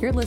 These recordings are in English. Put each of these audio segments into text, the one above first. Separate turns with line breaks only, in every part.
You're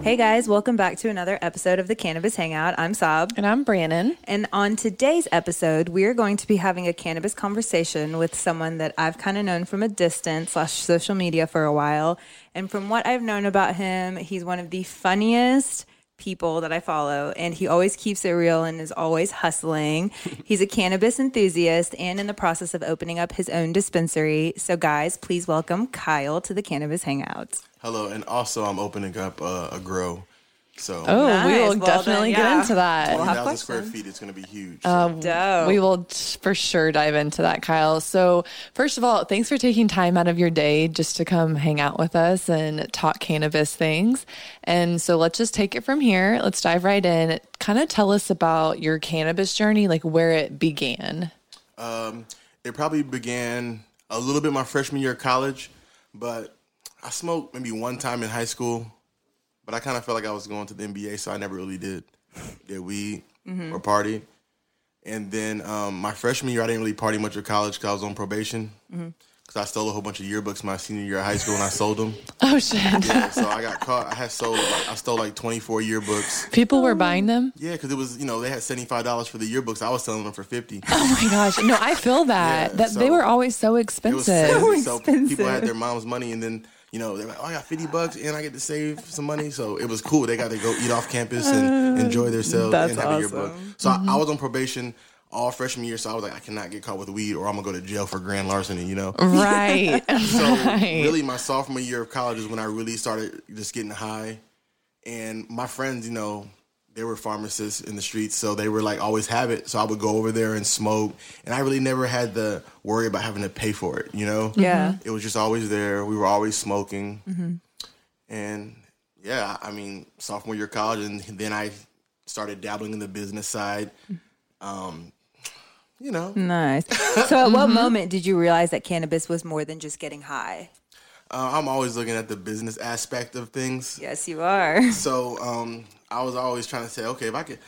Hey guys, welcome back to another episode of the Cannabis Hangout. I'm Sab.
And I'm Brannon.
And on today's episode, we are going to be having a cannabis conversation with someone that I've kind of known from a distance slash social media for a while. And from what I've known about him, he's one of the funniest people that I follow. And he always keeps it real and is always hustling. he's a cannabis enthusiast and in the process of opening up his own dispensary. So, guys, please welcome Kyle to the Cannabis Hangout.
Hello, and also I'm opening up uh, a grow. So
Oh, we
Nice.
will
Well
definitely
done. Yeah.
get into that.
We'll have
1,000 square
questions. Uh,
feet is going to be huge.
Dope.
We will t- for sure dive into that, Kyle. So, first of all, thanks for taking time out of your day just to come hang out with us and talk cannabis things. And so, let's just take it from here. Let's dive right in. Kind of tell us about your cannabis journey, like where it began.
um, it probably began a little bit my freshman year of college, but I smoked maybe one time in high school, but I kind of felt like I was going to the NBA, so I never really did did weed
Mm-hmm.
or party. And then um, my freshman year, I didn't really party much at college because I was on probation.
Mm-hmm.
Because I stole a whole bunch of yearbooks my senior year of high school and I sold them.
Oh, shit.
Yeah, so I got caught. I had sold. Like, I stole like 24 yearbooks.
People were buying them.
Yeah, because it was you know they had seventy five dollars for the yearbooks. I was selling them for fifty.
Oh my gosh. No, I feel that.
Yeah,
that they
so-
were always so
It was
expensive.
crazy. so
expensive.
people had their mom's money, and then you know they're like, oh, I got fifty bucks, and I get to save some money. So it was cool. They got to go eat off campus and enjoy themselves
That's
and have a yearbook.
awesome.
So I, I was on probation all freshman year, so I was like, I cannot get caught with weed, or I'm gonna go to jail for grand larceny. You know.
Right.
So
right.
really, my sophomore year of college is when I really started just getting high. And my friends, you know, they were pharmacists in the streets, so they were like always have it. So I would go over there and smoke, and I really never had the worry about having to pay for it. You know,
Mm-hmm.
Mm-hmm.
Yeah.
it was just always there. We were always smoking, and yeah, I mean, sophomore year of college, and then I started dabbling in the business side. Um, you know,
Nice. So, at what moment did you realize that cannabis was more than just getting high?
uh, I'm always looking at the business aspect of things.
Yes, you are.
So um, I was always trying to say, okay, if I could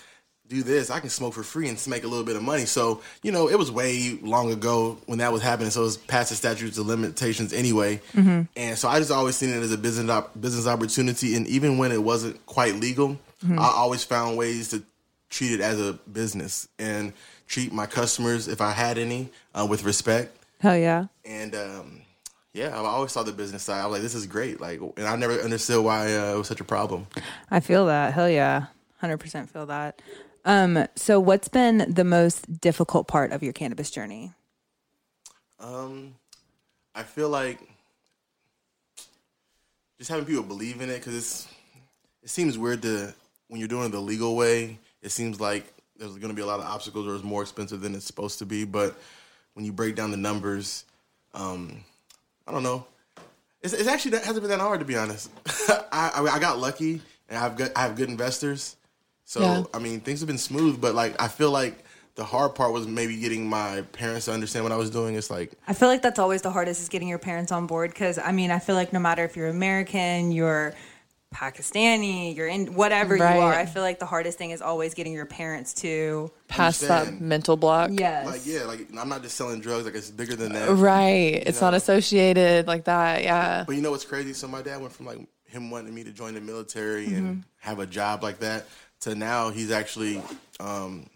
do this, I can smoke for free and s- make a little bit of money. So you know, it was way long ago when that was happening. So it was past the statutes of limitations anyway. And so I just always seen it as a business op- business opportunity. And even when it wasn't quite legal, I always found ways to treat it as a business and treat my customers, if I had any, uh, with respect.
Hell yeah.
And um, yeah, I always saw the business side. I was like, this is great. Like, and I never understood why uh, it was such a problem.
I feel that. Hell yeah. 100% feel that. Um, so, what's been the most difficult part of your cannabis journey?
Um, I feel like just having people believe in it because it's it seems weird to when you're doing it the legal way. It seems like there's going to be a lot of obstacles or it's more expensive than it's supposed to be. But when you break down the numbers, um, I don't know. It's, it's actually that hasn't been that hard to be honest. I, I I got lucky and I've got I have good investors, so
Yeah.
I mean things have been smooth. But like I feel like the hard part was maybe getting my parents to understand what I was doing. It's like
I feel like that's always the hardest is getting your parents on board because I mean, I feel like no matter if you're American, you're Pakistani, you're in whatever
Right.
you are, I feel like the hardest thing is always getting your parents to.
Past that
Understand.
mental block.
Yes.
like yeah, like I'm not just selling drugs. Like it's bigger than that.
Right. It's not
know?
associated like that. Yeah.
But you know what's crazy? So my dad went from like him wanting me to join the military
Mm-hmm.
and have a job like that to now he's actually um,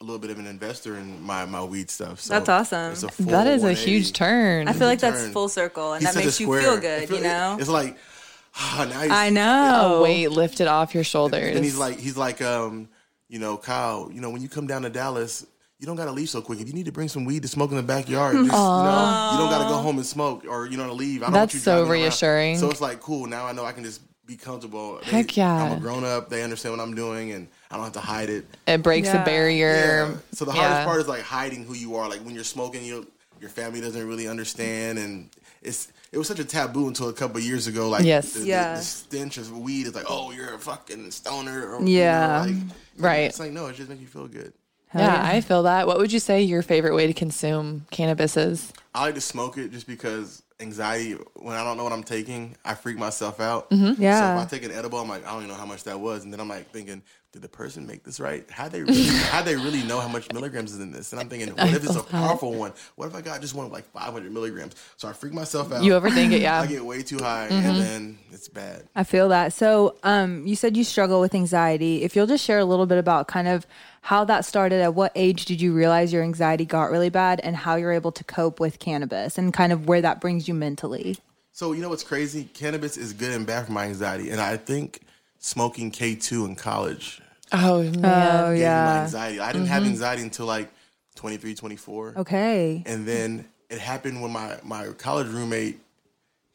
a little bit of an investor in my my weed stuff. So
That's awesome.
it's oh full
That is a
180.
huge turn.
I feel like that's
Turn.
full circle and
He's
that
such a
makes you
square.
feel
It
good,
feel-
you know?
It's like ah, now he's,
I
a
know.
weight lifted off your shoulders.
And he's like, he's like, um, you know, Kyle, you know, when you come down to Dallas, you don't gotta leave so quick. If you need to bring some weed to smoke in the backyard, just, you know, you don't gotta go home and smoke or you know to leave. I don't
That's
want you
so
driving around.
reassuring.
So it's like, cool. Now I know I can just be comfortable. They-
Heck yeah.
I'm a grown up. They understand what I'm doing, and I don't have to hide it.
it breaks
Yeah.
a barrier.
Yeah. So the hardest
Yeah.
part is like hiding who you are. Like when you're smoking, you your family doesn't really understand, and it's it was such a taboo until a couple of years ago. Like
Yes.
the, the-
Yeah.
the stench of weed is like, oh, you're a fucking stoner. Or,
Yeah.
you know, like,
Right.
It's like no, it just makes you feel good.
yeah,
yeah.
I feel that. What would you say your favorite way to consume cannabis is?
I like to smoke it just because anxiety. When I don't know what I'm taking, I freak myself out.
Mm-hmm.
Yeah.
So if I take an edible, I'm like, I don't even know how much that was, and then I'm like thinking, did the person make this right? How they really, how they really know how much milligrams is in this? And I'm thinking, what if it's a powerful one? What if I got just one with like 500 milligrams? So I freak myself out.
You overthink it,
Oh. I
yeah. Mm-hmm.
get way too high, and then it's bad.
I feel that. So, um, you said you struggle with anxiety. If you'll just share a little bit about kind of how that started, at what age did you realize your anxiety got really bad, and how you're able to cope with cannabis, and kind of where that brings you mentally?
So you know what's crazy? Cannabis is good and bad for my anxiety, and I think smoking K2 in college
Oh man.
Oh
gave me my
yeah.
anxiety. I didn't
Mm-hmm.
have anxiety until like 23, 24.
Okay.
And then it happened when my my college roommate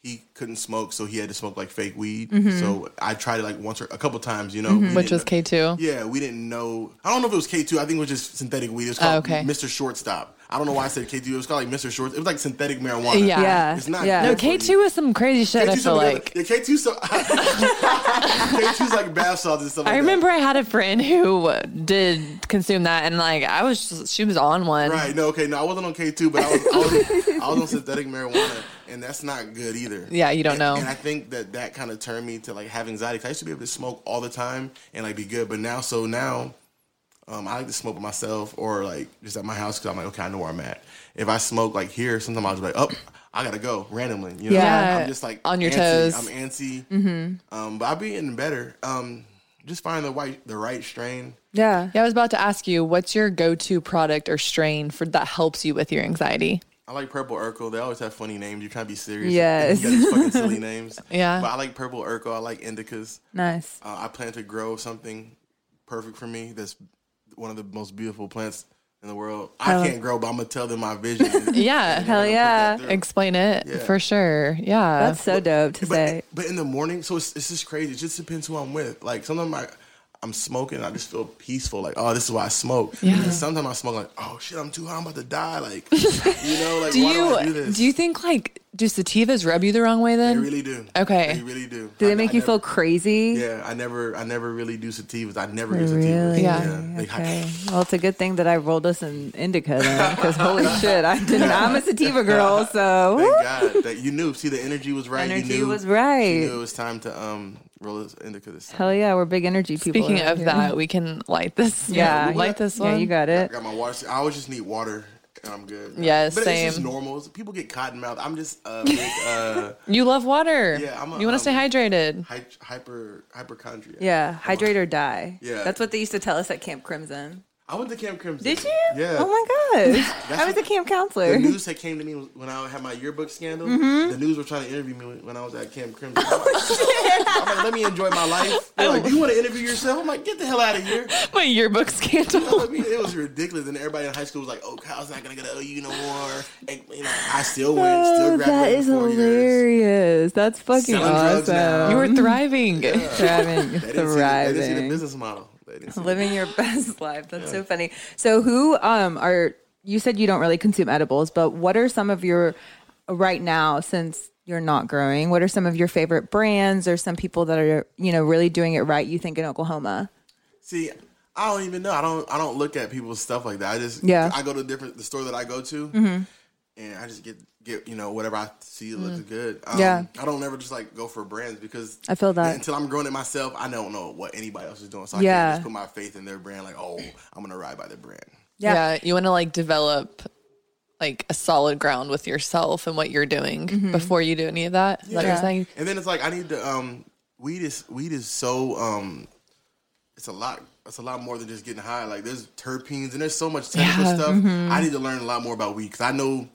he couldn't smoke, so he had to smoke like fake weed. So I tried it like once or a couple times, you know. we
Mm-hmm. Which
didn't-
was K two.
Yeah, we didn't know. I don't know if it was K two. I think it was just synthetic weed. It was called
Oh, okay.
Mr. Shortstop. I don't know why I said K two. It was called like Mr. Shorts. It was like synthetic marijuana.
Yeah.
Yeah.
it's not.
Yeah.
good
No,
for you.
K two is some crazy shit. I
K2's
feel
something
like.
other- yeah, K two. So K two's like bath salts and stuff.
I
Like that.
remember I had a friend who did consume that, and like I was, just, she was on one.
Right. No. Okay. No, I wasn't on K two, but I was, I, was, I was on synthetic marijuana, and that's not good either.
Yeah, you don't
And-
know.
And I think that that kind of turned me to like have anxiety. 'cause I used to be able to smoke all the time and like be good, but now so now. Um, I like to smoke by myself or like just at my house because I'm like, okay, I know where I'm at. If I smoke like here, sometimes I'll just be like, oh, I gotta go randomly. You know,
Yeah.
I'm just like
On your
antsy.
toes.
I'm antsy, mm-hmm. um, but I'll be getting better. Um, just find the right the right strain.
Yeah.
Yeah, I was about to ask you, what's your go-to product or strain for that helps you with your anxiety?
I like Purple Urkel. They always have funny names. You're trying to be serious.
Yes.
and You got these fucking silly names.
Yeah.
But I like Purple Urkel. I like Indicas.
Nice.
Uh, I plan to grow something perfect for me that's one of the most beautiful plants in the world. I can't grow, but I'm going to tell them my vision. and-
Yeah.
and they're gonna put
yeah.
that through.
Explain it
Yeah.
for sure. Yeah.
That's so dope to say.
But, but in the morning, so it's, it's just crazy. It just depends who I'm with. Like sometimes I, I'm smoking, I just feel peaceful. Like oh, this is why I smoke.
Yeah.
And sometimes I smoke like oh shit, I'm too high, I'm about to die. Like you know, like
do
why
you
do I do
do,
this?
you think like do sativas rub you the wrong way
They
then?
really do.
Okay.
They really do.
Do
I-
they make
I
you
never-
feel crazy?
Yeah, I never, I never really do sativas. I never do sativas.
Really?
Yeah.
Like, I-
Okay. Well, it's a good thing that I rolled us an indica then, because holy shit, I didn't. I'm a sativa girl, so woo.
thank God that you knew. See, the energy was right.
Energy
you knew,
was right.
You knew it was time to um roll this indica this time.
hell yeah, we're big energy people.
Speaking
around
of
here.
that, we can light this.
yeah,
Light this one.
Yeah, you got
I
it.
got my water. I always just need water. And I'm good.
Yeah,
but it's just
same.
normal. People get cotton mouth. I'm just uh, big, uh
You love water.
Yeah, I'm a-
you want to stay
I'm-
hydrated.
hy- hyper hypochondriac.
Yeah, hydrate or die.
Yeah.
that's what they used to tell us at Camp Crimson.
I went to Camp Crimson.
Did you?
Yeah.
Oh my gosh,
That's
I was a
what-
camp
The
counselor.
news that came to me was- when I had my yearbook scandal,
Mm-hmm.
the news were trying to interview me when- when I was at Camp Crimson.
Oh,
I'm like, I'm like, let me enjoy my life. They're like, you want to interview yourself? I'm like, get the hell out of here.
My yearbook scandal.
I mean, it was ridiculous, and everybody in high school was like, "Oh, Kyle's not gonna go to OU no more." And, you know, I still went, still
Oh, that
graduated
is
in four years.
hilarious. That's fucking
Selling drugs now.
awesome.
you were thriving.
thriving,
They didn't, see the, they didn't see the
thriving,
business model. They didn't see
living your best life. That's so funny. So, who um are you said you don't really consume edibles, but what are some of your right now since you're not growing? What are some of your favorite brands or some people that are you know really doing it right? You think in Oklahoma?
See, I don't even know. I don't. I don't look at people's stuff like that. I just.
Yeah. Mm-hmm.
I go to different the store that I go to, and I just get get you know whatever I see that looks good. Um,
Yeah.
I don't ever just like go for brands because
I feel that.
until I'm growing it myself, I don't know what anybody else is doing. So I
Yeah.
can't just put my faith in their brand. Like, oh, I'm gonna ride by the brand.
Yeah. you want to like develop like a solid ground with yourself and what you're doing
Mm-hmm.
before you do any of that. Is that what you're
Yeah.
saying?
And then it's like I need to. Um, weed is weed is so um, it's a lot. It's a lot more than just getting high. Like there's terpenes and there's so much technical
Yeah,
stuff.
Mm-hmm.
I need to learn a lot more about weed because I know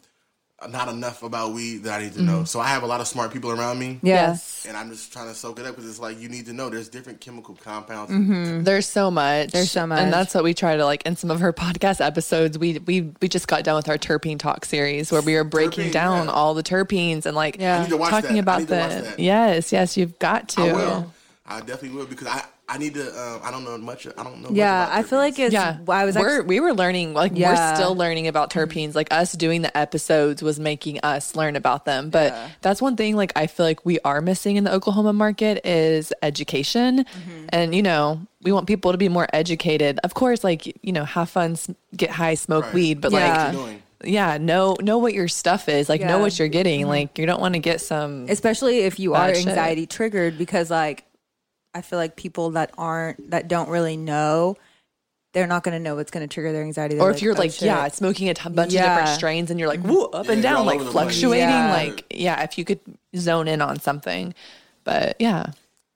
not enough about weed that I need to know. So I have a lot of smart people around me.
Mm-hmm. Yes.
And I'm just trying to soak it up because it's like you need to know there's different chemical compounds.
Mm-hmm.
There's so much.
Mm. There's so much.
And that's what we try to like in some of her podcast episodes. We we we just got done with our terpene talk series where we are breaking
Terpene,
down
yeah.
all the terpenes and like
Yeah. I
need to watch
talking
that. I
about
need to watch
the
that.
Yes, yes, you've got to.
I will. I definitely will because I I need to. Um, I don't know much. I don't know.
Yeah,
much about
I feel like
terpenes.
it's.
Yeah,
I was.
we're,
Actually,
we were learning like
Yeah.
we're still learning about terpenes. Like us doing the episodes was making us learn about them. But that's one thing like I feel like we are missing in the Oklahoma market is education,
Mm-hmm.
and you know we want people to be more educated. Of course, like you know have fun, s- get high, smoke
Right.
weed, but
Yeah.
What
like
you doing?
yeah, know know what your stuff is. Like
Yeah. Mm-hmm.
know what you're getting. Like you don't want to get some.
especially if you are
Bad shit.
anxiety triggered, because like, I feel like people that aren't that don't really know, they're not going to know what's going to trigger their anxiety. They're
or if you're
oh,
like,
shit.
yeah, smoking a t- bunch of
Yeah.
different strains and you're like, woo, up
Yeah,
and
you're
down,
all
like
over the place.
fluctuating.
Yeah.
Like, yeah, if you could zone in on something. But yeah.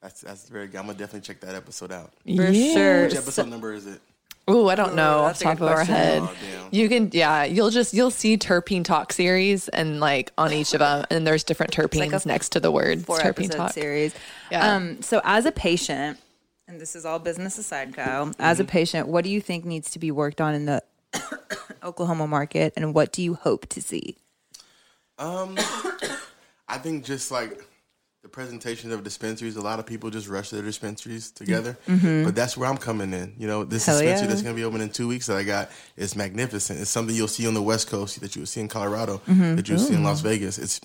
That's that's very good. I'm gonna definitely check that episode out.
for
Yeah.
sure.
Which episode number is it?
Ooh, I don't know off
that's a
the top
good
of our
question.
head.
Oh, damn.
you can, yeah, you'll just, you'll see terpene talk series and like on each of them. And there's different terpenes next to the word
four
terpene
episode
talk.
series.
Yeah.
Um, so as a patient, and this is all business aside, Kyle. As a
Mm-hmm.
patient, what do you think needs to be worked on in the Oklahoma market, and what do you hope to see?
I think just like the presentation of dispensaries, a lot of people just rush their dispensaries together. But that's where I'm coming in. You know, this
Mm-hmm. Hell
dispensary
yeah.
that's going to be open in two weeks that I got is magnificent. It's something you'll see on the West Coast that you would see in Colorado,
Mm-hmm.
that you would see in Las Vegas. It's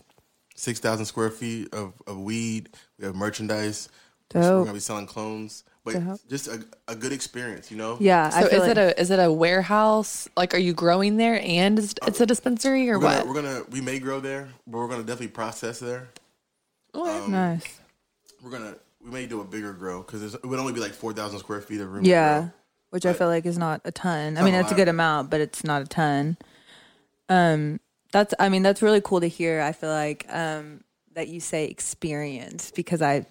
6,000 square feet of, of weed. We have merchandise. We're
Dope.
going to be selling clones. But just a, a good experience, you know?
Yeah.
So is it a, is it a warehouse? Like, are you growing there and it's, it's a dispensary or
We're gonna,
what?
we're gonna we may grow there, but we're gonna definitely process there.
nice?
We're gonna we may do a bigger grow because it would only be like four thousand square feet of room. to
Yeah.
grow.
Which I feel like is not a ton. I mean, that's
a
a
Uh-huh.
lot.
good amount, but it's not a ton. Um, that's I mean, that's really cool to hear. I feel like um that you say experience because I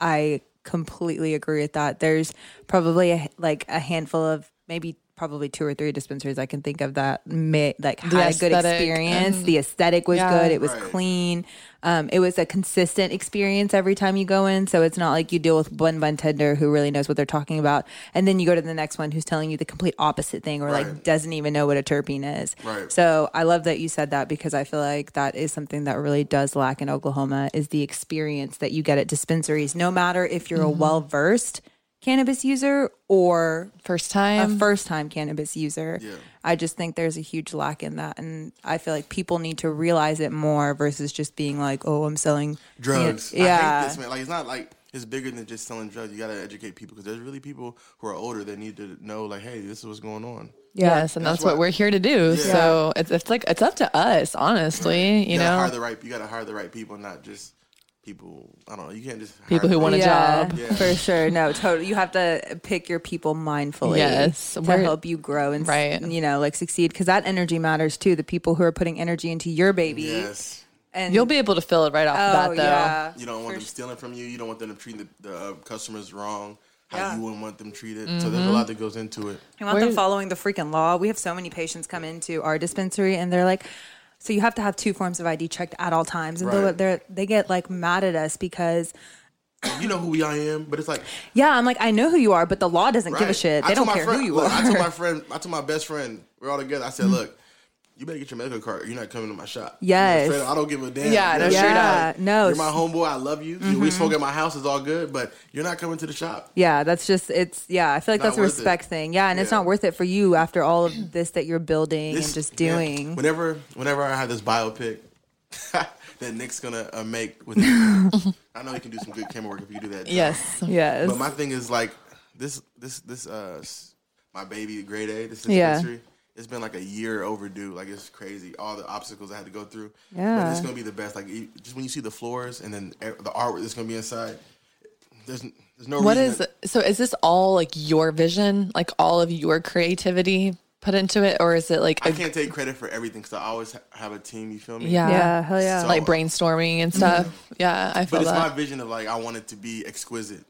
I completely agree with that. There's probably a, like a handful of maybe probably two or three dispensaries I can think of that may, like
The
had a good
aesthetic
experience.
and-
the aesthetic was
Yeah.
good. It was
Right.
clean. Um, it was a consistent experience every time you go in. So it's not like you deal with one bartender who really knows what they're talking about, and then you go to the next one who's telling you the complete opposite thing or like
Right.
doesn't even know what a terpene is.
Right.
So I love that you said that because I feel like that is something that really does lack in Oklahoma is the experience that you get at dispensaries, no matter if you're
Mm-hmm.
a well versed cannabis user or
First
a
time.
first time cannabis user. I just think there's a huge lack in that. And I feel like people need to realize it more versus just being like, oh, I'm selling
drugs. I
Yeah.
hate this man. Like it's not like it's bigger than just selling drugs. You gotta educate people because there's really people who are older that need to know like, hey, this is what's going on.
Yes, and
That's
that's, what
why-
we're here to do. So it's, it's like it's up to us, honestly. You
You, gotta
know,
hire the right. You gotta hire the right people, not just people. I don't know. You can't just hire
people who want a
yeah,
job.
Yeah.
for sure. No, totally. You have to pick your people mindfully.
Yes,
to
we're-
help you grow and s-
Right.
you know like succeed because that energy matters too. The people who are putting energy into your baby
Yes.
and
You'll be able to fill it right off
oh
the bat, though.
yeah,
You don't want them stealing from you. You don't want them treating the, the uh, customers wrong. How you wouldn't want them treated. So there's
Mm-hmm.
a lot that goes into it.
you want them
Where-
following the freaking law. We have so many patients come into our dispensary and they're like. So you have to have two forms of ID checked at all times, and they'll
Right.
they're, they get like mad at us because
You know who I am, but it's like
Yeah, I'm like, I know who you are, but the law doesn't give a
Right.
shit.
I
They
told
don't
my
care
friend,
who you
look,
are. Mm-hmm.
I told my friend, I told my best friend, we're all together. I said, look, you better get your medical card. You're not coming to my shop.
Yes.
Straight up, I don't give a damn.
Yeah, no,
You're
straight
Yeah,
like,
no. Mm-hmm.
You're my homeboy. I love you. We smoke at my house. It's all good, but you're not coming to the shop.
yeah, that's just it's. Yeah, I feel like
Not
that's a
worth it.
respect thing. Yeah, and it's
Yeah.
not worth it for you after all of this that you're building
This-
and just
yeah.
doing.
whenever, whenever I have this biopic that Nick's gonna uh, make with, I know he can do some good camera work if you do that. John.
Yes.
Yes.
But my thing is like this, this, this, uh, s- my baby grade A. This
Yeah.
dispensary. It's been like a year overdue. Like it's crazy. All the obstacles I had to go through. But
Yeah.
it's gonna be the best. Like e- just when you see the floors and then e- the artwork that's gonna be inside. There's n- there's no
What
reason
is so? Is this all like your vision, like all of your creativity put into it, or is it like
I
a,
can't take credit for everything because I always ha- have a team. You feel me?
yeah,
yeah, hell yeah. Mm-hmm.
So-
like brainstorming and stuff? Yeah, I
But
feel
it's my
that.
vision of like I want it to be exquisite.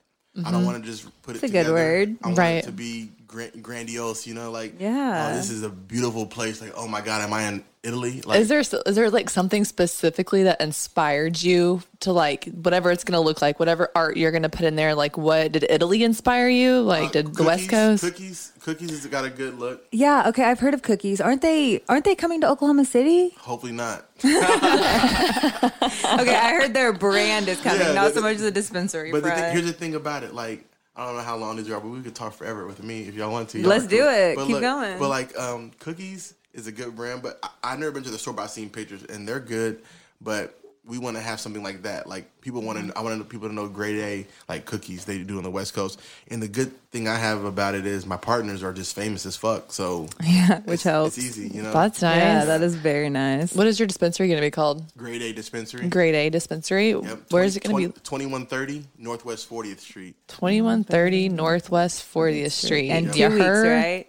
I don't want to just put it.
Mm-hmm. a good
together.
word.
I want
Right.
it to be gran- grandiose, you know, like
Yeah.
oh, this is a beautiful place. Like, oh my god, am I in Italy? Like,
Is there is there like something specifically that inspired you to like whatever it's going to look like, whatever art you're going to put in there? Like, what did Italy inspire you? Like,
uh,
did the West
cookies-
Coast?
cookies? Cookies has got a good look.
Yeah, okay, I've heard of cookies. Aren't they aren't they coming to Oklahoma City?
Hopefully not.
Okay, I heard their brand is coming,
Yeah,
not so
the-
much the dispensary
But the
front.
thing, here's the thing about it, like I don't know how long these are, but we could talk forever with me if y'all want to. Y'all
Let's
are
do it.
But
Keep going.
But like, um, cookies is a good brand, but I, I've never been to the store, but I've seen pictures and they're good. But we want to have something like that. Like people
Mm-hmm.
want to, I want people to know grade A like cookies they do on the West Coast. And the good thing I have about it is my partners are just famous as fuck, so
yeah, which
it's,
helps.
it's easy, you know.
That's nice.
Yeah, that is very nice.
what is your dispensary going to be called?
grade A dispensary.
Grade A dispensary. Where is it going to be?
Twenty one thirty Northwest Fortieth Street.
2130 Northwest 40th Street.
And
You
two weeks,
heard?
right?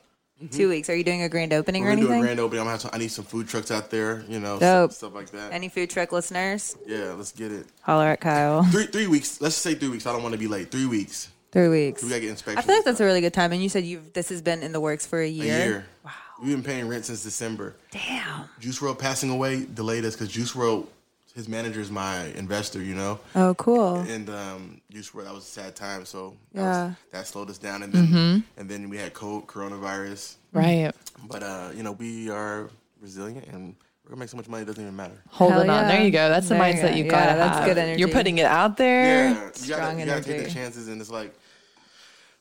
Two weeks. Are you doing a grand opening or
Mm-hmm. We're gonna do a
anything?
grand opening. I'm gonna have to, I need some food trucks out there, you know,
Dope.
stuff, stuff like that.
Any food truck listeners?
yeah, let's get it.
Holler at Kyle.
Three three weeks. Let's just say three weeks. I don't want to be late. Three weeks.
Three weeks.
We gotta get
I
inspections.
feel like that's a really good time. And you said you've this has been in the works for a
a
year.
year. Wow. We've been paying rent since December.
Damn.
Juice World passing away delayed us because Juice World, his manager is my investor, you know.
Oh, cool.
And um, Juice World, that was a sad time. So
Yeah.
that,
Mm-hmm.
was, that slowed us down. And then and then we had COVID, coronavirus.
Right.
But uh, you know, we are resilient and we're gonna make so much money it doesn't even matter.
Holding
Hell
on. There
yeah.
you go. That's the
There you
mindset
go.
you've
Yeah,
got to
that's
have.
good energy.
You're putting it out there.
Yeah, you gotta,
Strong
you gotta take the
energy.
chances, and it's like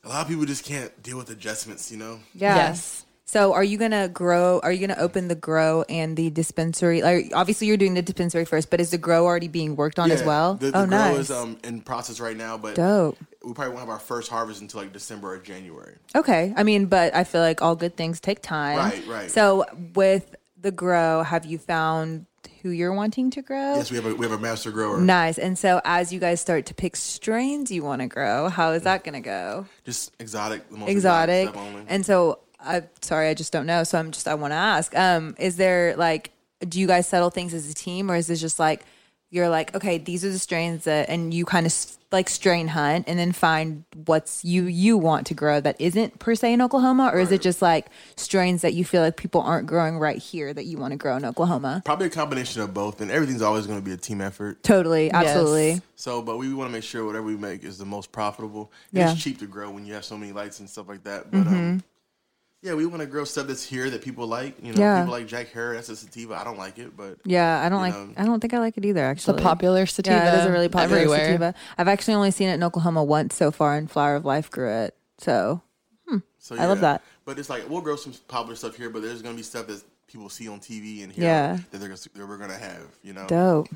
a lot of people just can't deal with adjustments, you know.
Yeah.
Yes.
So, are you gonna grow? Are you gonna open the grow and the dispensary? Like, obviously, you're doing the dispensary first, but is the grow already being worked on as
Yeah,
well?
The, the
oh,
grow
nice.
is um, in process right now, but
Dope.
we probably won't have our first harvest until like December or January.
Okay. I mean, but I feel like all good things take time.
Right, right.
So, with the grow, have you found who you're wanting to grow?
Yes, we have a we have a master grower.
Nice. And so, as you guys start to pick strains you want to grow, how is that going to go?
Just exotic, the most
Exotic.
stuff only.
And so, I sorry, I just don't know. So I'm just I want to ask. Um, is there like, do you guys settle things as a team, or is this just like you're like, okay, these are the strains that, and you kind of s- like strain hunt and then find what's you you want to grow that isn't per se in Oklahoma, or is it just like strains that you feel like people aren't growing right here that you want to grow in Oklahoma?
probably a combination of both, and everything's always going to be a team effort.
Totally, absolutely.
So, but we want to make sure whatever we make is the most profitable.
Yeah. Mm-hmm.
It's cheap to grow when you have so many lights and stuff like that. But um, yeah, we want to grow stuff that's here that people like. You know,
Yeah.
people like Jack Harris. That's a sativa. I don't like it, but
Yeah, I don't like.
know.
I don't think I like it either. Actually,
popular sativa
Yeah, it is a really popular
everywhere.
sativa. I've actually only seen it in Oklahoma once so far, and Flower of Life grew it. So
so
I love
yeah.
that.
But it's like we'll grow some popular stuff here, but there's going to be stuff that people see on TV and hear
Yeah.
that they're gonna, that we're going to have. You know,
dope.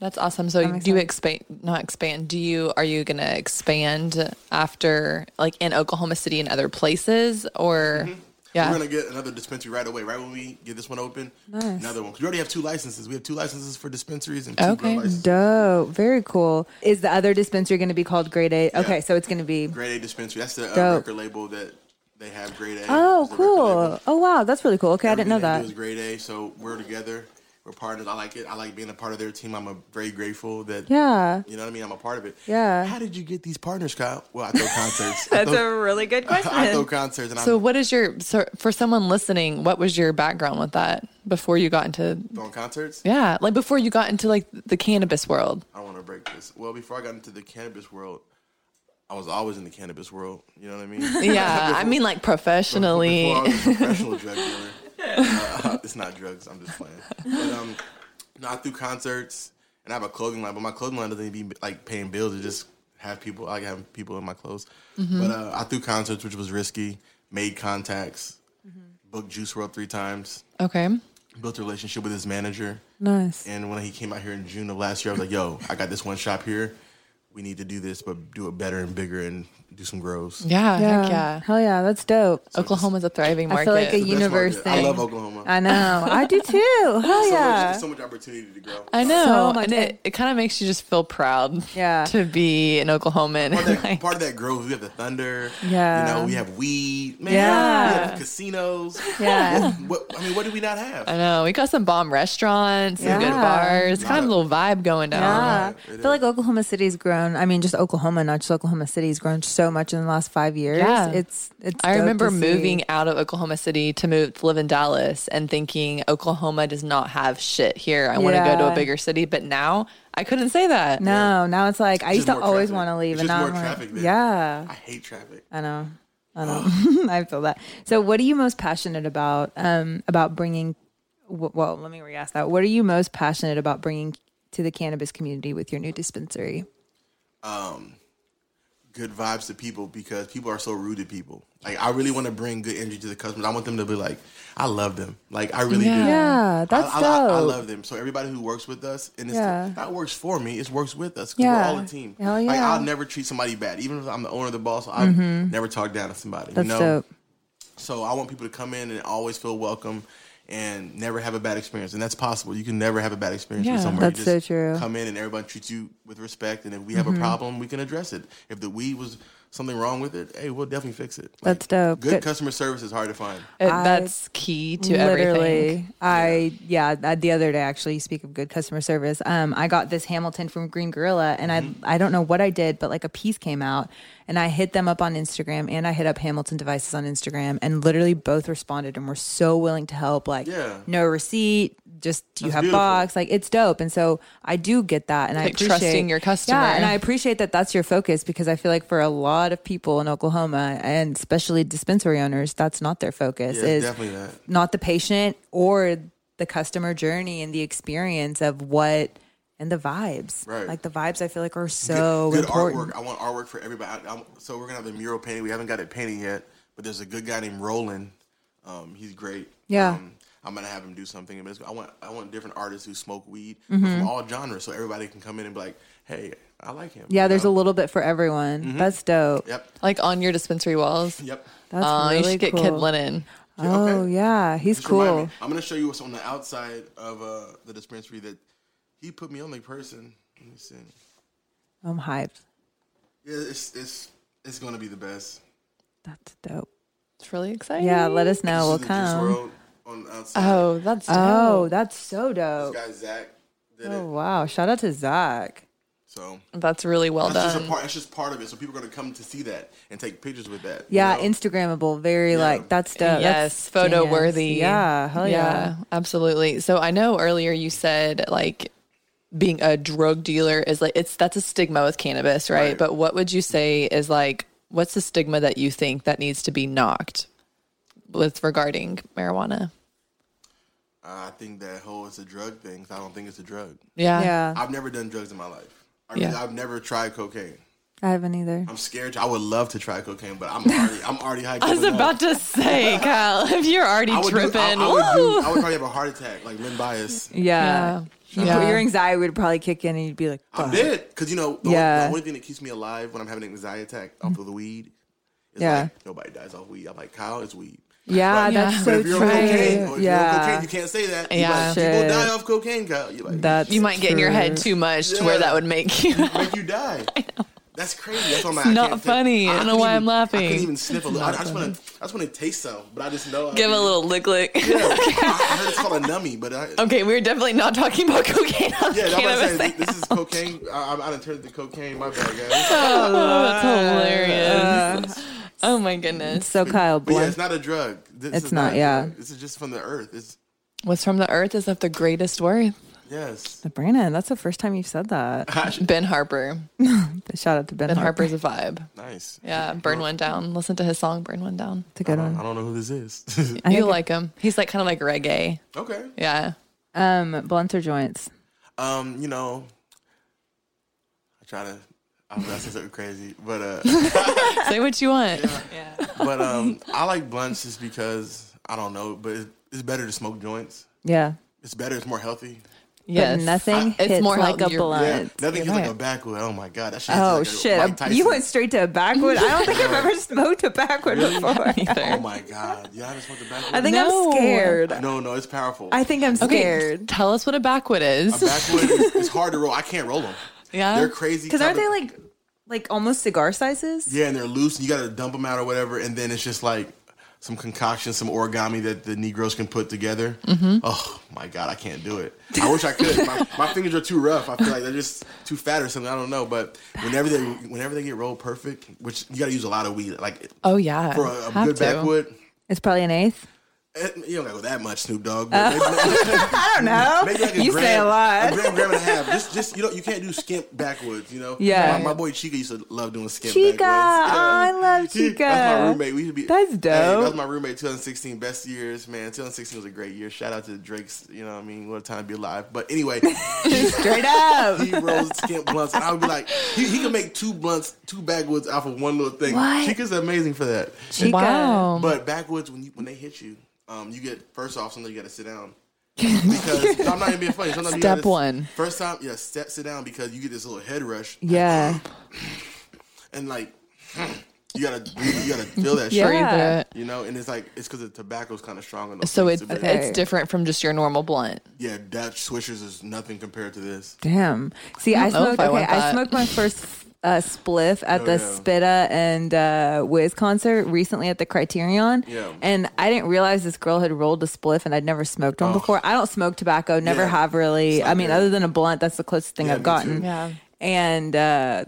That's awesome. So do
makes
you
sense.
expand not expand. Do you are you gonna expand after like in Oklahoma City and other places or
Mm-hmm.
yeah.
We're gonna get another dispensary right away, right when we get this one open. Another one. 'Cause we already have two licenses. We have two licenses for dispensaries and two
Okay.
grow licenses.
Dope. Very cool. Is the other dispensary going to be called Grade A? Okay, so it's going to be.
Grade A dispensary. That's the uh,
Dope.
record label that they have. Grade A.
Oh,
is the record label.
cool. Oh, wow. That's really cool. Okay, I didn't know
Everything they do
that.
is grade A. So we're together. We're partners. I like it. I like being a part of their team. I'm a, very grateful that.
Yeah.
You know what I mean? I'm a part of it.
Yeah.
How did you get these partners, Kyle? Well, I throw concerts.
That's
I throw,
a really good
I throw
question.
concerts, and
So what is your so for someone listening, what was your background with that before you got into
I'm throwing concerts.
yeah, like before you got into like the cannabis world?
I want to break this. Well, before I got into the cannabis world, I was always in the cannabis world. You know what I mean?
Yeah. I mean like professionally.
Before I was a professional drug dealer. Uh, it's not drugs. I'm just playing. But, um, no, I through concerts, and I have a clothing line, but my clothing line doesn't even be like paying bills. It just have people. I like having people in my clothes.
Mm-hmm.
But uh, I threw concerts, which was risky. Made contacts.
Mm-hmm.
Booked Juice World three times.
okay.
Built a relationship with his manager.
Nice.
And when he came out here in June of last year, I was like, "Yo, I got this one shop here. We need to do this, but do it better and bigger, and do some grows."
Yeah,
Yeah.
heck yeah.
Hell yeah. That's dope.
Oklahoma's a thriving market.
I feel like a
That's why I
universe
did it. I
thing.
love Oklahoma. much.
I know. I do too. Hell
so
Oh, yeah.
much, so much opportunity to grow.
I know,
much-
and it, it kind of makes you just feel proud,
Yeah.
to be an Oklahoman.
part, of that,
Like,
part of that growth, we have the thunder.
Yeah.
You know, we have weed. Man,
Yeah.
We have casinos.
Yeah.
What, I mean, what do we not have?
I know we got some bomb restaurants, some good
Yeah.
bars, kind of a
Not
little vibe going down.
Yeah.
it
I feel like Oklahoma City's grown. I mean, just Oklahoma, not just Oklahoma City's grown so much in the last five years.
Yeah.
It's, it's, dope
I
to
remember
see.
moving out of Oklahoma City to move to live in Dallas and thinking Oklahoma does not have shit here. I want to go to
Yeah.
a bigger city, but now I couldn't say that.
No, now it's like, I
It's
used
just
to
more
always
traffic.
want to leave.
It's
and
just
now
more
I'm like,
traffic there.
yeah.
I hate traffic.
I know. I know. I feel that. So, what are you most passionate about? Um, about bringing. wh- Well, let me re-ask that. What are you most passionate about bringing to the cannabis community with your new dispensary?
Good vibes to people because people are so rude to people. Like, I really want to bring good energy to the customers. I want them to be like, I love them. Like, I really do.
Yeah, that's
I, I,
dope.
I, I love them. So everybody who works with us, and it's
Yeah.
not works for me, it works with us. 'cause
Yeah.
we're all a team.
Hell
Like
yeah. Mm-hmm.
I'll never treat somebody bad, even if I'm the owner of the boss. I never talk down to somebody.
that's
you know?
dope.
So I want people to come in and always feel welcome and never have a bad experience. And that's possible. You can never have a bad experience
Yeah.
with somewhere.
That's
you
so true. Mm-hmm.
Come in and everybody treats you with respect. And if we have a problem, we can address it. If the weed was something wrong with it, hey, we'll definitely fix it. Like,
That's dope.
Good,
Good-
customer service is hard to find.
It-
I
that's key to everything.
Literally, I yeah. I- The other day, actually, speak of good customer service. Um, I got this Hamilton from Green Gorilla, and I I don't know what I did, but like a piece came out, and I hit them up on Instagram, and I hit up Hamilton Devices on Instagram, and literally both responded and were so willing to help. Like,
Yeah.
no receipt, just do you
That's
have
beautiful.
box? Like, it's dope, and so I do get that, and I
Like
appreciate
trusting your customer.
Yeah, and I appreciate that that's your focus because I feel like for a lot of people in Oklahoma and especially dispensary owners, that's not their focus.
Yeah,
is
definitely that.
not the patient or the customer journey and the experience of what and the vibes.
Right.
Like the vibes, I feel like are so
good
important.
artwork. I want artwork for everybody. I, I, so we're gonna have a mural painting. We haven't got it painted yet, but there's a good guy named Roland. Um, he's great.
Yeah.
Um, I'm gonna have him do something. But it's, I want I want different artists who smoke weed
Mm-hmm.
from all genres, so everybody can come in and be like, "Hey, I like him."
Yeah, there's
You
a
know?
little bit for everyone.
Mm-hmm.
That's dope.
Yep.
Like on your dispensary walls.
Yep.
That's
Aw,
really
Uh, you should get
cool.
Kid Lennon.
Oh
Okay.
yeah, he's
Just remind me.
cool.
I'm gonna show you what's on the outside of uh, the dispensary that he put me on the person. Let me see.
I'm hyped.
Yeah, it's it's it's gonna be the best.
That's dope.
It's really exciting.
Yeah, let us know. We'll
This is the Juice
come.
WRLD on the outside.
Oh, that's
Oh,
oh,
that's so
This
dope.
guy Zach did
Oh
it.
wow! Shout out to Zach.
So
that's really well
That's just
done.
a part. That's just part of it. So people are going to come to see that and take pictures with that. you
Yeah,
know?
Instagrammable. Very like that's dope.
yes,
That's
photo
genius.
worthy.
Yeah, hell yeah.
absolutely. So I know earlier you said like being a drug dealer is like it's that's a stigma with cannabis, right?
Right.
But what would you say is like what's the stigma that you think that needs to be knocked with regarding marijuana?
Uh, I think that whole it's a drug thing. 'cause I don't think it's a drug.
Yeah.
Yeah,
I've never done drugs in my life. I
Yeah.
really, I've never tried cocaine.
I haven't either.
I'm scared. To, I would love to try cocaine, but I'm already. I'm already hyped.
I was about to say, Kyle, if you're already
I would, do- I-
tripping,
I, would do-
woo!
I would probably have a heart attack, like Lynn Bias.
Yeah.
Yeah.
You
Yeah.
put- your anxiety would probably kick in and you'd be like,
I'm
"Fuck."
dead because you know the,
Yeah.
only, the only thing that keeps me alive when I'm having an anxiety attack off of the weed is
Yeah.
like nobody dies off weed. I'm like Kyle, it's weed.
yeah, that's
But-
Yeah.
But
so
if you're
true.
on cocaine, or if you're on
yeah.
cocaine, you can't say that. You're
Yeah.
like, people
Shit.
die off cocaine, Kyle. You're like,
that's
you might get in your head
true.
too much to where
Yeah.
that would make you.
make you die. That's crazy. That's why I'm like,
not
I can't
funny. I don't know
couldn't
why I'm
even- I
laughing.
couldn't even sniff a little. I, I just want to. I just want to taste some, but I just know. I
Give a
mean,
little lick lick.
Yeah, I, I heard it's called a nummy, but I,
Okay, we're definitely not talking about cocaine on
yeah,
the
I'm about to
cannabis.
say
thing.
this is cocaine. I, I, I done turned it to cocaine. My bad, guys.
Oh, that's
Uh,
hilarious. oh my goodness.
So Kyle,
But yeah,
blunt.
it's not a drug. This
It's
is
not,
a
yeah.
drug. This is just from the earth. It's
What's from the earth is of the greatest worth.
yes.
Brandon, that's the first time you've said that.
Uh-huh.
Ben Harper.
Shout out to Ben,
Ben
Harper.
Harper's a vibe.
Nice.
Yeah, Burn One Down. Listen to his song, Burn One Down.
It's a good one.
I don't know who this is.
I
You'll
think-
like him. He's like kind of like reggae.
okay.
Yeah.
Um, blunts or joints?
Um, you know, I try to. I was gonna say something crazy, but uh,
Say what you want.
but um, I like blunts just because I don't know, but it, it's better to smoke joints.
Yeah.
It's better. It's more healthy.
Yes. Uh,
but nothing
It's
hits
more
like a
healthier.
blunt.
Yeah, nothing
You're
is like
right.
a backwood. Oh my god, that shit.
Oh
is like a Mike
shit!
Tyson.
You went straight to a backwood. I don't think I've ever smoked a backwood before.
Oh my god, you haven't smoked a backwood.
I think
No.
I'm scared.
no, no, it's powerful.
I think I'm
Okay,
scared.
tell us what a backwood
a
is.
backwood is, is hard to roll. I can't roll them.
Yeah?
they're crazy.
Because
type
aren't
of-
they like, like almost cigar sizes?
Yeah, and they're loose, and you got to dump them out or whatever, and then it's just like some concoction, some origami that the Negroes can put together.
Mm-hmm.
Oh my God, I can't do it. I wish I could. my, my fingers are too rough. I feel like they're just too fat or something. I don't know, but whenever they whenever they get rolled perfect, which you got to use a lot of weed, like
oh yeah.
for a, a
Have
good
to.
backwood.
It's probably an eighth.
eh, You don't gotta go that much, Snoop Dogg. but
Oh.
maybe-
I don't know.
Maybe like a
Oh, you
gram,
say a lot.
A gram, gram and a half. Just, just you know, you can't do skimp backwards. You know.
Yeah.
My, my boy Chica used to love doing skimp
Chica.
backwards.
Oh, I love
He-
Chica.
That's my roommate. We used to be.
That's
Hey,
dope.
that was my roommate. 2016, best years, man. 2016 was a great year. Shout out to Drake's. You know, what I mean, what a time to be alive. But anyway,
Straight up.
he rolls skimp blunts, and I would be like, he, he can make two blunts, two backwoods off of one little thing.
What?
Chica's amazing for that.
Chica.
Wow.
But backwoods, when you, when they hit you, um, you get first off. Sometimes you got to sit down because no, I'm not even being funny. Sometimes you
Step
gotta-
one.
First time, yeah, step sit down because you get this little head rush
Yeah.
and like you gotta breathe, you gotta feel that
Breathe
shit.
Yeah.
it.
You know, and it's like it's because the tobacco's kind of strong on those
So
things.
it's
But
it's different from just your normal blunt.
yeah, Dutch swishers is nothing compared to this.
Damn. See, I,
don't know
smoked.
if I
okay,
want
I
that.
smoked my first uh, spliff at
Oh,
the
yeah.
Spitta and uh, Wiz concert recently at the Criterion.
Yeah.
And I didn't realize this girl had rolled a spliff, and I'd never smoked one
Oh.
before. I don't smoke tobacco. Never
Yeah.
have really.
It's
I mean,
okay.
other than a blunt, that's the closest thing
Yeah,
I've
me
gotten.
too.
Yeah.
And. uh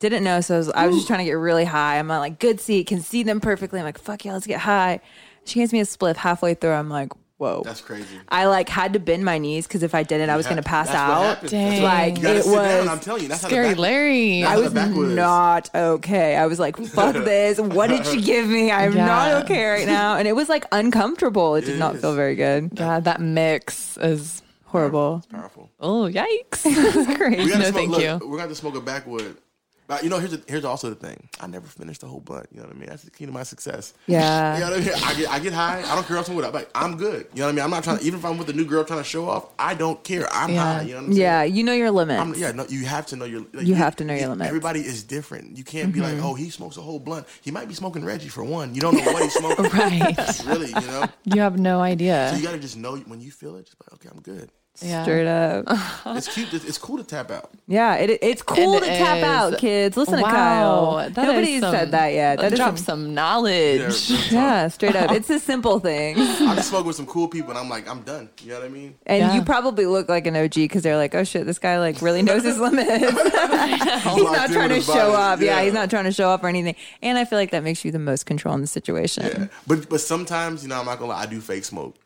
didn't know, so I was, I was just trying to get really high. I'm like, good seat, can see them perfectly. I'm like, fuck yeah, let's get high. She hands me a spliff halfway through. I'm like, whoa.
That's crazy.
I like had to bend my knees because if I didn't, I was going to pass
That's what
out.
happens.
Dang.
That's what-
Like,
you gotta
it
sit
was
down. I'm telling you, that's how
Scary
the back,
Larry.
that's
I
how
was
the backwood is.
not okay. I was like, fuck this. What did she give me? I'm
Yeah.
not okay right now. And it was like uncomfortable. It did
It
not
is.
feel very good.
yeah, that mix is
Horrible.
powerful.
oh yikes.
It's
We
crazy.
gotta
No,
smoke,
thank
look,
you.
We're gonna have to smoke a backwood. But you know, here's the, here's also the thing. I never finished the whole blunt. You know what I mean? That's the key to my success.
Yeah.
You know what I mean? I get, I get high. I don't care if I'm with. I'm like, I'm good. You know what I mean? I'm not trying. to Even if I'm with a new girl trying to show off, I don't care. I'm
Yeah.
high. You know what I'm saying?
Yeah, you know your limits.
I'm, yeah, no, you have to know your. like,
You have to know your limits. Mm-hmm.
Everybody is different. You can't be like, oh, he smokes a whole blunt. He might be smoking Reggie for one. You don't know what he's smoking.
right.
Really, you know.
You have no
So
idea.
you gotta just know when you feel it. Just like, okay, I'm good.
Yeah.
Straight up.
It's cute. It's, it's cool to tap out.
Yeah, it, it's cool
And
to
it
tap
is.
out, kids. Listen
wow,
to Kyle.
that is
Nobody's
some-
said that yet. That is
drop
some-
some knowledge.
Yeah, real talk.
yeah, straight up. It's a simple thing.
I can smoke with some cool people, and I'm like, I'm done. You know what I mean?
And
Yeah.
you probably look like an OG because they're like, oh shit, this guy like really knows his limits. he's not
locked
trying
in with
to
his
show
body.
up. Yeah.
Yeah.
he's not trying to show up or anything. And I feel like that makes you the most control in the situation.
Yeah. But but sometimes, you know, I'm not gonna lie, I do fake smoke.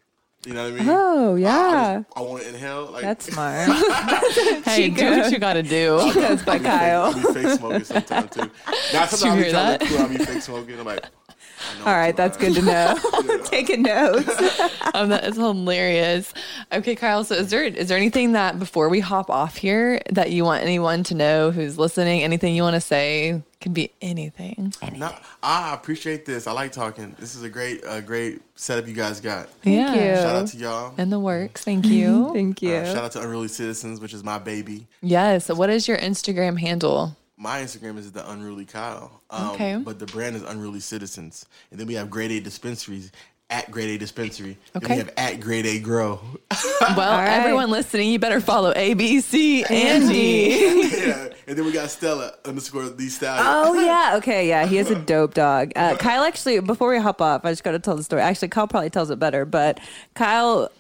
You know what I mean?
Oh,
I- I,
yeah.
just- I, want to inhale. Like
That's smart.
Hey, do
Chica.
what you gotta do.
That's by
I'll
Kyle.
be fake smoking sometimes too. Now sometimes
you
I'll be
hear
trying
that?
to look cool. I'll be fake smoking. I'm like, I know
All
I'm
right,
too
that's
high.
good to know. Taking notes.
um, that is hilarious. Okay, Kyle. So, is there is there anything that before we hop off here that you want anyone to know who's listening? Anything you want to say can be anything.
No, I appreciate this. I like talking. This is a great, uh, great setup you guys got.
Yeah.
you.
Shout out to y'all.
In the works. Thank you.
Thank you.
Uh, shout out to Unruly Citizens, which is my baby.
yes. What is your Instagram handle?
my Instagram is the Unruly Kyle. Um,
Okay.
But the brand is Unruly Citizens, and then we have Grade A dispensaries at Grade A Dispensary. Then
Okay.
we have at Grade A Grow.
Well,
right.
everyone listening, you better follow ABC Andy.
yeah. And then we got Stella underscore the style.
Oh yeah, okay, yeah. He is a dope dog. Uh, Kyle actually, before we hop off, I just got to tell the story. Actually, Kyle probably tells it better, but Kyle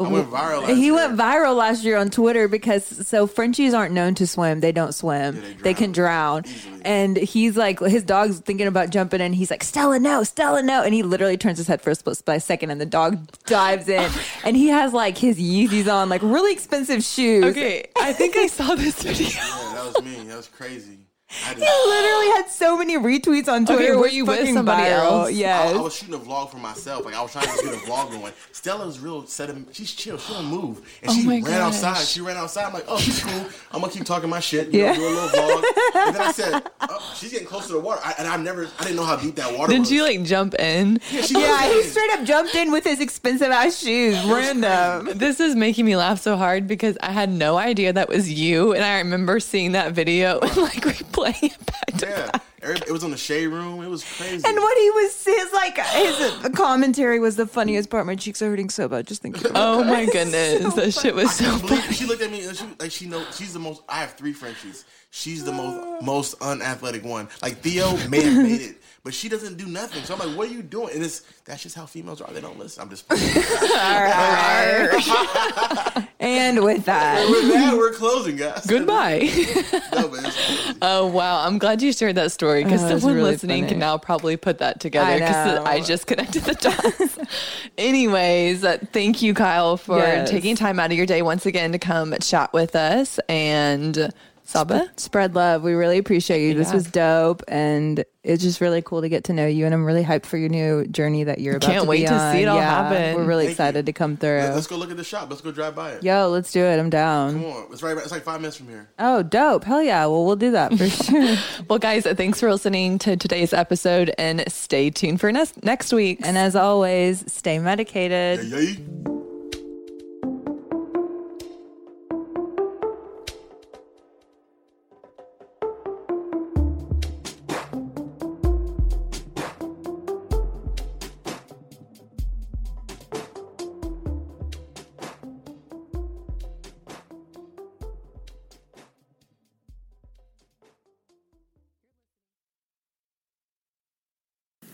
I went viral. Last
he
year.
went viral last year on Twitter because so Frenchies aren't known to swim. They don't swim.
they
they, can drown.
Easily.
And he's like, his dog's thinking about jumping in. He's like, Stella, no, Stella, no. And he literally turns his head for a split split second, and the dog dives in. and he has like his Yeezys on, like really expensive shoes.
okay, I think I saw this video.
Yeah, that was me. That was crazy. I
He literally had so many retweets on
were
Twitter. It was
you with
fucking
somebody
viral.
else?
I,
Yes.
I was shooting a vlog for myself. Like I was trying to get a vlog going. Stella's real sediment. She's chill. She don't move. And
Oh
she
my
ran
gosh.
outside. She ran outside. I'm like, oh, she's cool. I'm gonna keep talking my shit. You
Yeah.
know, do a little vlog. And then I said, oh, she's getting close to the water. I, and I never, I didn't know how deep that water
Did
was.
you like jump in?
Yeah, she
yeah,
jumped
he
in.
straight up jumped in with his expensive ass shoes. Random.
This is making me laugh so hard because I had no idea that was you, and I remember seeing that video and like replaying it back. To
Yeah. Every- It was on the shade room. It was crazy.
And what he was his like his commentary was the funniest part. My cheeks are hurting so bad just thinking. About
Oh my
So
goodness, that shit was so.
She blew- she looked at me and she like she know she's the most. I have three Frenchies. She's the most most unathletic one. Like Theo may have made it, but she doesn't do nothing. So I'm like, what are you doing? And it's that's just how females are. They don't listen. I'm just. With
and with that,
that, we're closing, guys.
Goodbye.
No, but it's crazy.
Oh wow! I'm glad you shared that story because
Oh, it's
someone
really
listening
funny.
can now probably put that together
I
because
know.
I, just connected the dots. Anyways, uh, thank you, Kyle, for
Yes.
taking time out of your day once again to come chat with us and uh, Saba.
spread love. We really appreciate you. This
Yeah.
was dope, and it's just really cool to get to know you. And I'm really hyped for your new journey that you're about.
Can't
to be
wait to
on.
see it all
Yeah,
happen.
We're really
Thank
excited to
you.
come through.
Let- Let's go look at the shop. Let's go drive by it.
Yo, let's do it. I'm down.
Come on, it's right. It's like five minutes from here.
Oh, dope. Hell yeah. Well, we'll do that for sure.
Well, guys, uh, thanks for listening to today's episode and stay tuned for next next week.
and as always, stay medicated.
Yay, yay.